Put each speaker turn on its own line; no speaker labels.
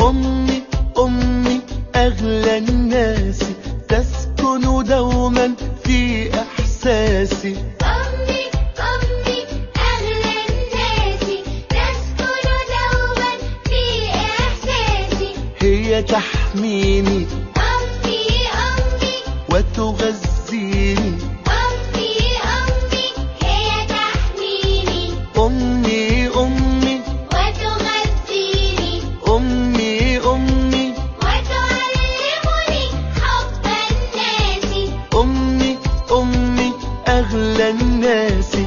أمي أمي أغلى الناس تسكن دوما في إحساسي
أمي أمي أغلى الناس تسكن دوما في إحساسي
هي تحميني
أمي أمي
وتغذيني
أمي أمي هي تحميني
أمي أمي
وتغذيني
أمي أمي
وتعلمني حب الناس
أمي أمي أغلى الناس